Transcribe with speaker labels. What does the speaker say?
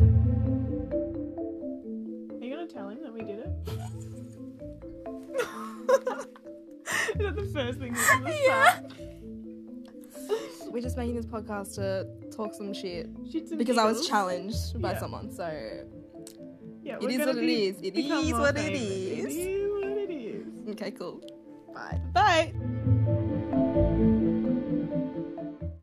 Speaker 1: Is that the first thing that's on the
Speaker 2: Yeah.
Speaker 1: side?
Speaker 2: We're just making this podcast to talk some shit
Speaker 1: Shoots and
Speaker 2: because I was
Speaker 1: giggles.
Speaker 2: challenged by
Speaker 1: Yeah.
Speaker 2: someone. So
Speaker 1: Yeah,
Speaker 2: It
Speaker 1: we're
Speaker 2: is
Speaker 1: gonna
Speaker 2: what it
Speaker 1: be-
Speaker 2: is. It
Speaker 1: become
Speaker 2: is
Speaker 1: more
Speaker 2: what it
Speaker 1: famous.
Speaker 2: is.
Speaker 1: It is what it is.
Speaker 2: okay, cool. Bye. Bye.